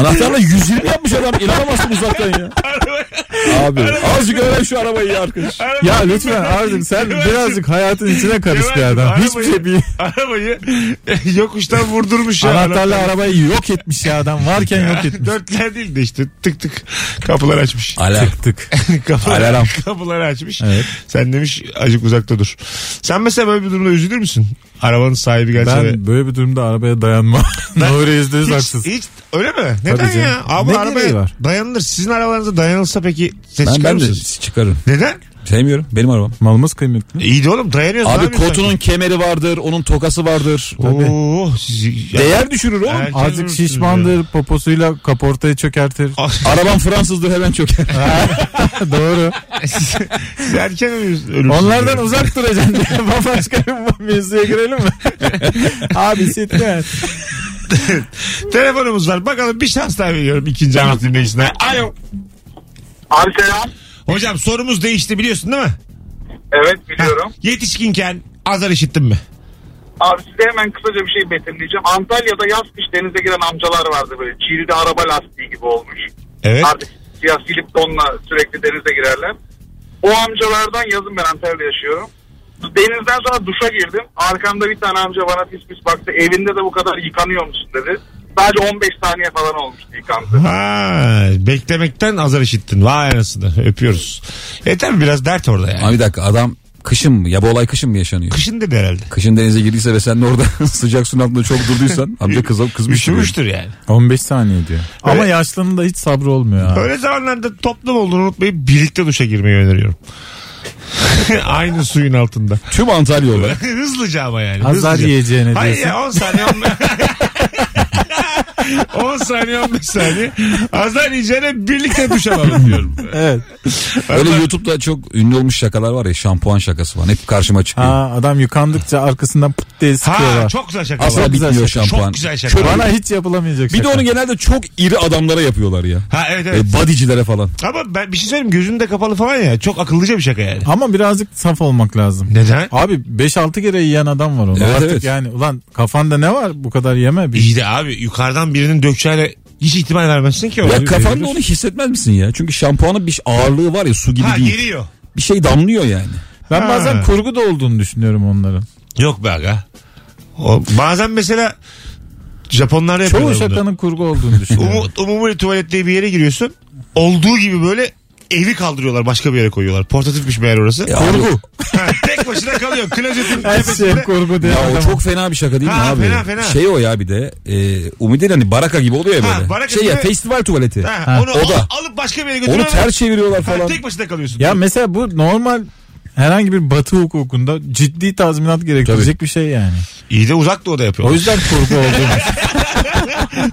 Anahtarla 120 yapmış adam. İnanamazsın uzaktan ya. Abi azıcık öğren şu arabayı ya arkadaş.
Ya lütfen abicim sen birazcık hayatın içine karış bir adam. Hiçbir şey
arabayı,
değil.
arabayı yokuştan vurdurmuş ya.
Anahtarla arabayı yok etmiş ya adam. Varken yok etmiş.
Dörtler değil de işte tık tık kapılar açmış.
Ala.
Tıktık.
Kapılar,
Alarm.
kapıları açmış.
Evet.
Sen demiş acık uzakta dur. Sen mesela böyle bir durumda üzülür müsün? Arabanın sahibi gelse ve...
Ben böyle bir durumda arabaya dayanmam. Nuri yüzde yüz haksız.
Hiç, hiç- öyle mi? Neden
Tabii
ya?
canım.
Abi
Ne
arabaya
gereği var?
dayanılır. Sizin arabanıza dayanılsa peki ses
Ben,
çıkar
ben de
mısınız?
çıkarım.
Neden?
Sevmiyorum. Benim arabam.
Malımız kıymetli.
E, İyi de oğlum dayanıyorsun.
Abi
sen.
kotunun kemeri vardır. Onun tokası vardır.
Oo, siz, ya-
Değer düşürür oğlum.
Erken
Azıcık
ölürsünüz ya.
şişmandır. Poposuyla kaportayı çökertir.
Araban Fransızdır hemen çöker.
Doğru.
Siz erken ölürsünüz.
Onlardan uzak duracaksın diye. Bambaşka bir mevzuya girelim mi? Abi sitler.
Telefonumuz var. Bakalım bir şans daha veriyorum ikinci anons dinleyicisine. Alo.
Abi selam.
Hocam sorumuz değişti biliyorsun değil mi?
Evet biliyorum.
Yetişkinken azar işittin mi?
Abi size hemen kısaca bir şey betimleyeceğim. Antalya'da yaz kış denize giren amcalar vardı böyle. Çiğli'de araba lastiği gibi olmuş.
Evet.
Artık siyah silip donla sürekli denize girerler. O amcalardan yazın ben Antalya'da yaşıyorum. Denizden sonra duşa girdim. Arkamda bir tane amca bana pis pis baktı. Evinde de bu kadar yıkanıyor musun dedi. Sadece 15 saniye falan olmuştu yıkandı.
Ha, beklemekten azar işittin. Vay anasını öpüyoruz. E tabi biraz dert orada yani.
Ama bir dakika adam kışın mı? Ya bu olay kışın mı yaşanıyor?
Kışın dedi herhalde.
Kışın denize girdiyse ve sen de orada sıcak suyun altında çok durduysan amca kızım kızmış.
Üşümüştür yani.
15 saniye diyor. Ama yaşlının da hiç sabrı olmuyor abi.
Öyle zamanlarda toplum olduğunu unutmayıp birlikte duşa girmeyi öneriyorum. Aynı suyun altında.
Tüm Antalya olarak.
Hızlıca ama yani.
Azar
hızlıca.
yiyeceğine
Hayır
diyorsun.
ya 10 saniye 15 10 saniye 15 saniye. Azar yiyeceğine birlikte duş alalım diyorum.
Evet.
Öyle YouTube'da çok ünlü olmuş şakalar var ya şampuan şakası falan. Hep karşıma çıkıyor.
Ha, adam yıkandıkça arkasından pıt diye sıkıyorlar.
Ha çok güzel şaka.
Asla
var.
güzel
bitmiyor
şaka.
şampuan.
Çok güzel şaka.
Kör-
Bana hiç yapılamayacak
Bir de
şaka.
onu genelde çok iri adamlara yapıyorlar ya.
Ha evet evet.
E, bodycilere falan.
Ama ben bir şey söyleyeyim gözün de kapalı falan ya. Çok akıllıca bir şaka yani.
Ama birazcık saf olmak lazım.
Neden?
Abi 5-6 kere yiyen adam var onu.
Evet,
Artık
evet.
yani ulan kafanda ne var bu kadar yeme. Bir...
İyi de abi yukarıdan birinin dökçeyle hiç ihtimal vermezsin ki.
Ya
ona.
kafanda onu hissetmez misin ya? Çünkü şampuanın bir ağırlığı var ya su gibi
Ha
değil.
geliyor.
Bir şey damlıyor yani.
Ben
Ha.
bazen kurgu da olduğunu düşünüyorum onların.
Yok be aga. O, bazen mesela Japonlar yapıyorlar
Çoğu
bunu.
şakanın kurgu olduğunu düşünüyorum.
Umu, umumi tuvalet diye bir yere giriyorsun. Olduğu gibi böyle evi kaldırıyorlar başka bir yere koyuyorlar. Portatifmiş meğer orası.
Kurgu.
Ha, tek başına kalıyor. Klozetin
Her şey
tepesinde.
kurgu diye.
Ya o
adamı-
çok fena bir şaka değil mi
Ha,
abi?
fena, fena.
Şey o ya bir de e, Umide'nin hani baraka gibi oluyor ya
Ha,
böyle.
baraka
şey ya
gibi-
festival tuvaleti.
Ha,
Ha,
onu
o da.
al- alıp başka bir yere
Onu
götürüyorlar.
ters çeviriyorlar
Ha,
falan.
tek başına kalıyorsun.
Ya mesela bu normal herhangi bir batı hukukunda ciddi tazminat gerektirecek bir şey yani.
İyi de uzak doğuda
O
yapıyorlar.
yüzden kurgu olduğunu.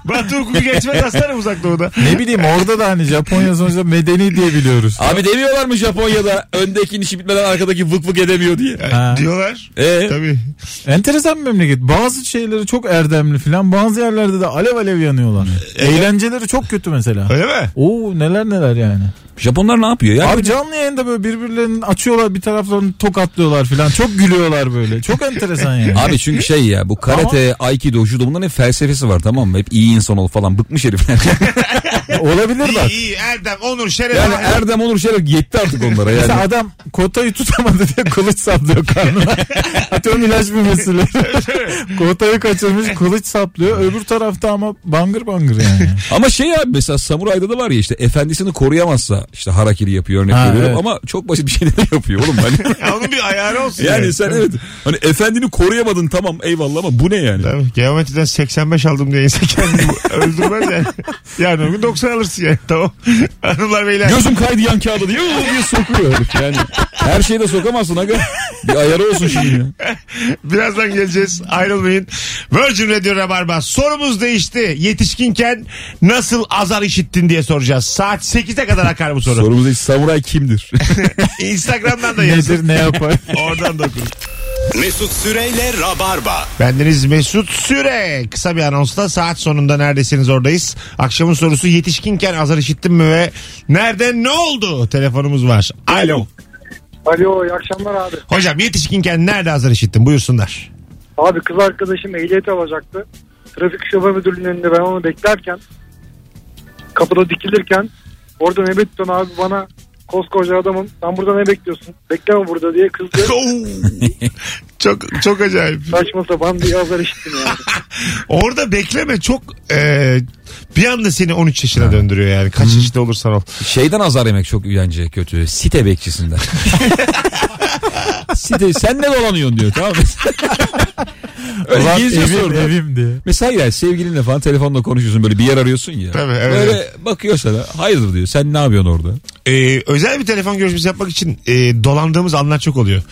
Batı hukuku geçmez aslanım uzak doğuda.
ne bileyim orada da hani Japonya sonuçta medeni diye biliyoruz.
Abi demiyorlar mı Japonya'da öndekinin işi bitmeden arkadaki vık vık edemiyor diye.
Ha.
Diyorlar.
E,
Tabii.
Enteresan bir memleket. Bazı şeyleri çok erdemli filan. Bazı yerlerde de alev alev yanıyorlar. Eğlenceleri çok kötü mesela.
Öyle mi?
Oo neler neler yani.
Japonlar ne yapıyor ya?
Abi canlı yayında böyle birbirlerini açıyorlar bir taraflarını tokatlıyorlar filan. Çok gülüyorlar böyle. Çok enteresan yani.
Abi çünkü şey ya bu karate, aikido, judo bunların hep felsefesi var tamam mı? Hep iyi insan ol falan bıkmış herifler.
Olabilir bak.
İyi, iyi Erdem, Onur, Şeref.
yani Erdem Onur Şeref yetti artık onlara
Mesela
yani.
adam kotayı tutamadı diye kılıç saplıyor karnına. Atıyorum ilaç mümesiyle. kotayı kaçırmış kılıç saplıyor. Öbür tarafta ama bangır bangır yani.
Ama şey abi mesela samurayda da var ya işte efendisini koruyamazsa işte harakiri yapıyor örnek
Ha,
veriyorum
evet.
ama çok basit bir şey de yapıyor oğlum. Hani,
Ya Onun bir ayarı olsun.
yani sen evet hani efendini koruyamadın tamam eyvallah ama bu ne yani?
Tabii, geometriden 85 aldım diye insan kendini öldürmez yani. Yani o gün 90 alırsın yani tamam. Hanımlar beyler.
Gözüm kaydı yan kağıda diye, "Oo" diye sokuyor herif yani. Her şeyi de sokamazsın aga. Bir ayarı olsun şimdi. ya.
Birazdan geleceğiz. Ayrılmayın. Virgin Radio Rabarba. Sorumuz değişti. Yetişkinken nasıl azar işittin diye soracağız. Saat 8'e kadar akar bu soru.
Sorumuz hiç samuray kimdir?
Instagram'dan da yazın.
Nedir ne yapar?
Oradan da okuyun.
Mesut Süreyle Rabarba.
Bendeniz Mesut Süre. Kısa bir anonsla saat sonunda neredesiniz oradayız. Akşamın sorusu yetişkinken azar işittin mi ve nerede ne oldu? Telefonumuz var. Alo.
Alo iyi akşamlar abi.
Hocam yetişkinken nerede azar işittin? Buyursunlar.
Abi kız arkadaşım ehliyet alacaktı. Trafik şube müdürlüğünün önünde ben onu beklerken kapıda dikilirken orada ne bekliyorsun abi bana koskoca adamım sen burada ne bekliyorsun bekleme burada diye kızdı.
Oo. çok çok acayip.
Saçma sapan bir yazar işittim yani.
Orada bekleme çok e, bir anda seni 13 yaşına döndürüyor yani. Kaç yaşında olursan ol.
Şeyden azar yemek çok bence kötü. Site bekçisinden. Site sen ne dolanıyorsun diyor tamam mı? Öyle
Ulan
gizli
şey
evim,
soru.
evim diye.
Mesela ya sevgilinle falan telefonla konuşuyorsun böyle bir yer arıyorsun ya.
Tabii, evet,
Böyle bakıyor sana hayırdır diyor sen ne yapıyorsun orada?
E, özel bir telefon görüşmesi yapmak için e, dolandığımız anlar çok oluyor.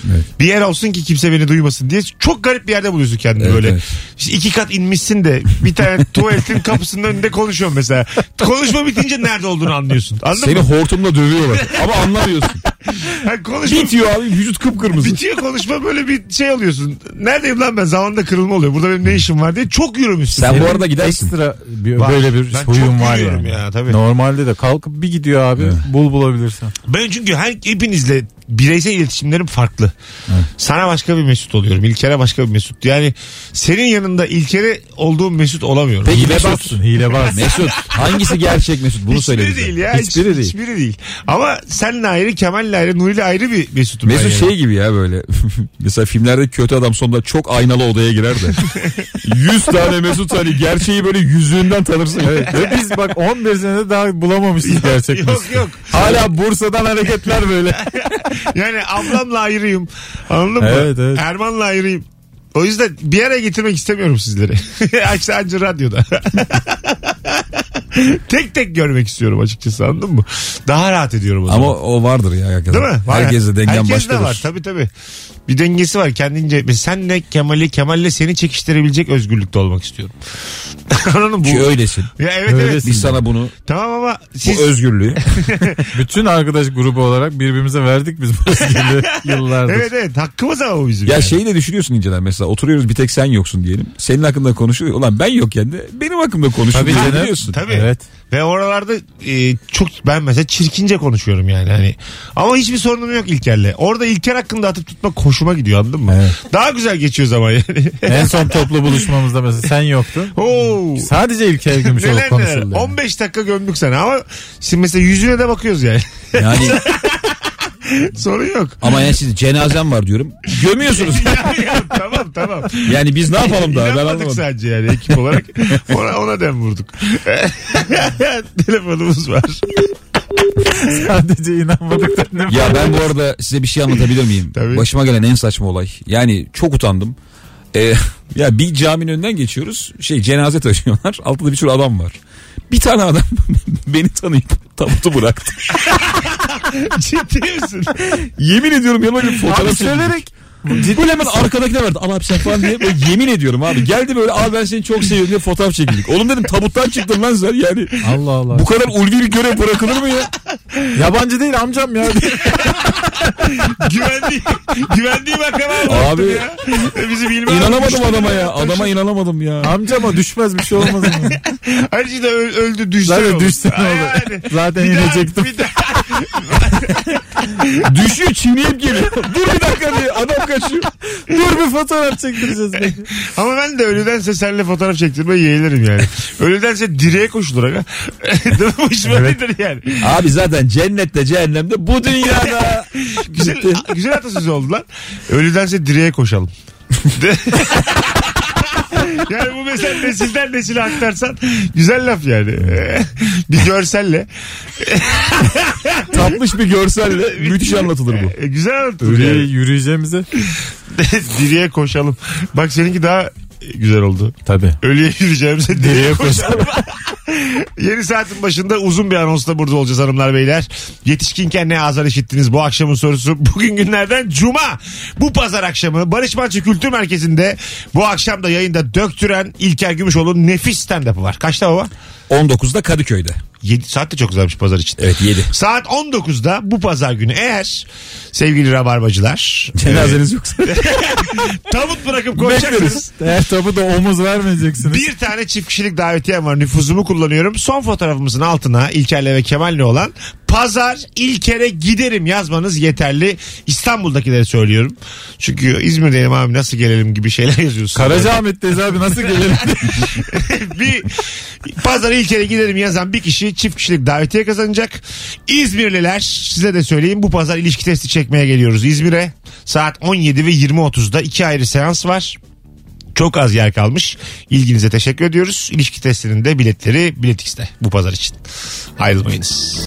Bir yer olsun ki kimse beni duymasın diye çok garip bir yerde buluyorsun kendini
Evet,
böyle.
evet.
İşte iki kat inmişsin de bir tane tuvaletin kapısının önünde konuşuyorsun mesela. Konuşma bitince nerede olduğunu anlıyorsun. Anladın
Seni
mı?
hortumla dövüyorlar ama anlamıyorsun.
Ha, konuşma
Bitiyor abi vücut kıpkırmızı.
Bitiyor konuşma böyle bir şey oluyorsun. Neredeyim lan ben? Zamanında kırılma oluyor. Burada benim ne işim var diye çok yürümüşsün.
Sen bu
Benim
arada gidersin.
Ekstra bir,
Var.
böyle bir
Ben
huyum
çok
var
gülüyorum
yani.
ya, tabii.
Normalde de kalkıp bir gidiyor abi bul bulabilirsen.
Ben çünkü her hepinizle bireysel iletişimlerim farklı. Sana başka bir Mesut oluyorum. İlker'e başka bir Mesut. Yani senin yanında İlker'e olduğum Mesut olamıyorum.
Peki Mesut.
Hilebarsın hilebarsın.
Mesut hangisi gerçek Mesut bunu söyle
Hiçbiri
bize.
değil ya.
Hiçbiri
Hiç-
değil.
Hiçbiri değil. Ama seninle ayrı, Kemal'le ayrı, Nuri'yle ayrı bir Mesut'um ben
Mesut
yani.
şey gibi ya böyle. Mesela filmlerde kötü adam sonunda çok aynalı odaya girer de. 100 tane Mesut hani gerçeği böyle yüzünden tanırsın.
Evet. Ve biz bak 11 senede daha bulamamışız gerçek
Yok
Mesut'u.
yok.
Hala Bursa'dan hareketler böyle.
Yani ablamla ayrıyım. Anladın
Evet,
mı?
evet.
Erman'la ayrıyım. O yüzden bir araya getirmek istemiyorum sizleri. Açsa anca radyoda. tek tek görmek istiyorum açıkçası anladın mı? Daha rahat ediyorum o zaman.
Ama o vardır ya hakikaten.
Değil mi? Var.
Herkesle dengen şey.
Herkes
başkadır.
de var tabii tabii. Bir dengesi var kendince. Mesela Senle Kemal'i, Kemal'le seni çekiştirebilecek özgürlükte olmak istiyorum. Anladın mı? Bu...
Ki öylesin.
Ya evet evet.
Öylesin.
Biz sana bunu
Tamam ama
bu
siz...
özgürlüğü
Bütün arkadaş grubu olarak birbirimize verdik biz bu özgürlüğü yıllardır.
Evet evet hakkımız ama bu bizim.
Ya şey
yani.
şeyi de düşünüyorsun inceden mesela oturuyoruz bir tek sen yoksun diyelim. Senin hakkında konuşuyor. Ulan ben yokken de benim hakkımda konuşuyor.
Tabii
diye
canım.
biliyorsun.
Tabii.
Evet.
Ve oralarda e, çok ben mesela çirkince konuşuyorum yani hani. Ama hiçbir sorunum yok İlker'le. Orada İlker hakkında atıp tutmak hoşuma gidiyor anladın mı?
Evet.
Daha güzel geçiyor zaman yani.
En son toplu buluşmamızda mesela sen yoktun.
Oo.
Sadece İlker Gümüşoluk
Neler neler.
konuşuldu. yani.
15 dakika gömdük sana ama şimdi mesela yüzüne de bakıyoruz yani.
Yani
Sorun yok.
Ama yani şimdi cenazem var diyorum. Gömüyorsunuz.
Ya, tamam tamam.
Yani biz ne yapalım daha ben
İnanmadık
anlamadım.
sadece yani ekip olarak. Ona, ona dem vurduk. Telefonumuz var.
Sadece inanmadık da ne
Ya ben bu arada size bir şey anlatabilir miyim?
Tabii.
Başıma gelen en saçma olay. Yani çok utandım. Ee, ya bir caminin önünden geçiyoruz. Şey cenaze taşıyorlar. Altında bir sürü adam var. Bir tane adam beni tanıyıp tabutu bıraktı.
Ciddi misin?
Yemin ediyorum yanıma bir fotoğraf çekildi.
söylerek ciddi
Böyle hemen arkadakine verdi. Al abi sen falan diye. Böyle yemin ediyorum abi. Geldi böyle abi ben seni çok seviyorum diye fotoğraf çekildik. Oğlum dedim tabuttan çıktın lan sen yani.
Allah Allah.
Bu kadar ulvi bir görev bırakılır mı ya?
Yabancı değil amcam ya.
güvendiği, güvendiği makama Abi.
Abi.
Ya. E, Bizim İlmi abi
İnanamadım
düştü.
adama ya. Adama inanamadım ya.
Amcama düşmez bir şey olmaz. ama.
Ayrıca da öl- öldü düşse
Zaten
olur.
düşse ne
Ay,
olur?
yani.
Zaten
Bir daha-
inecektim.
bir daha-
Düşüyor çiğneyip geliyor. Dur bir dakika diye. Adam kaçıyor.
Dur bir fotoğraf çektireceğiz. belki.
Ama ben de ölüdense seninle fotoğraf çektirmeyi yeğlerim yani. ölüdense direğe koşulur aga. Değil mi? Hoşuma gider yani.
Abi zaten cennette cehennemde bu dünyada.
Güzel, güzel atasözü oldu lan. Ölüdense direğe koşalım. De- yani bu mesela nesilden nesile aktarsan güzel laf yani. bir görselle.
Tatmış bir görselle müthiş anlatılır bu.
E, güzel anlatılır
Yürüye,
yani.
yürüyeceğimize.
direğe koşalım. Bak seninki daha güzel oldu.
Tabii.
Ölüye yürüyeceğimize direğe koşalım. Yeni saatin başında uzun bir anonsla burada olacağız hanımlar beyler. Yetişkinken ne azar işittiniz bu akşamın sorusu. Bugün günlerden cuma. Bu pazar akşamı Barış Manço Kültür Merkezi'nde bu akşam da yayında döktüren İlker Gümüşoğlu'nun nefis stand-up'ı var. Kaçta baba?
19'da Kadıköy'de.
7 saat de çok güzelmiş pazar için.
Evet 7.
Saat 19'da bu pazar günü eğer sevgili rabarbacılar
Cenazeniz yoksa.
tavut bırakıp koşacaksınız.
Bekleriz. Eğer tabu da omuz vermeyeceksiniz.
Bir tane çift kişilik davetiyem var. Nüfuzumu kullanıyorum. Son fotoğrafımızın altına İlker'le ve Kemal'le olan Pazar İlker'e giderim yazmanız yeterli. İstanbul'dakilere söylüyorum. Çünkü İzmir'deyim abi nasıl gelelim gibi şeyler yazıyorsun.
Karacaahmet'teyiz abi nasıl gelelim?
bir Pazar İlker'e giderim yazan bir kişi çift kişilik davetiye kazanacak. İzmirliler size de söyleyeyim bu pazar ilişki testi çekmeye geliyoruz İzmir'e. Saat 17 ve 20.30'da iki ayrı seans var. Çok az yer kalmış. İlginize teşekkür ediyoruz. İlişki testinin de biletleri Bilet X'te bu pazar için. Ayrılmayınız.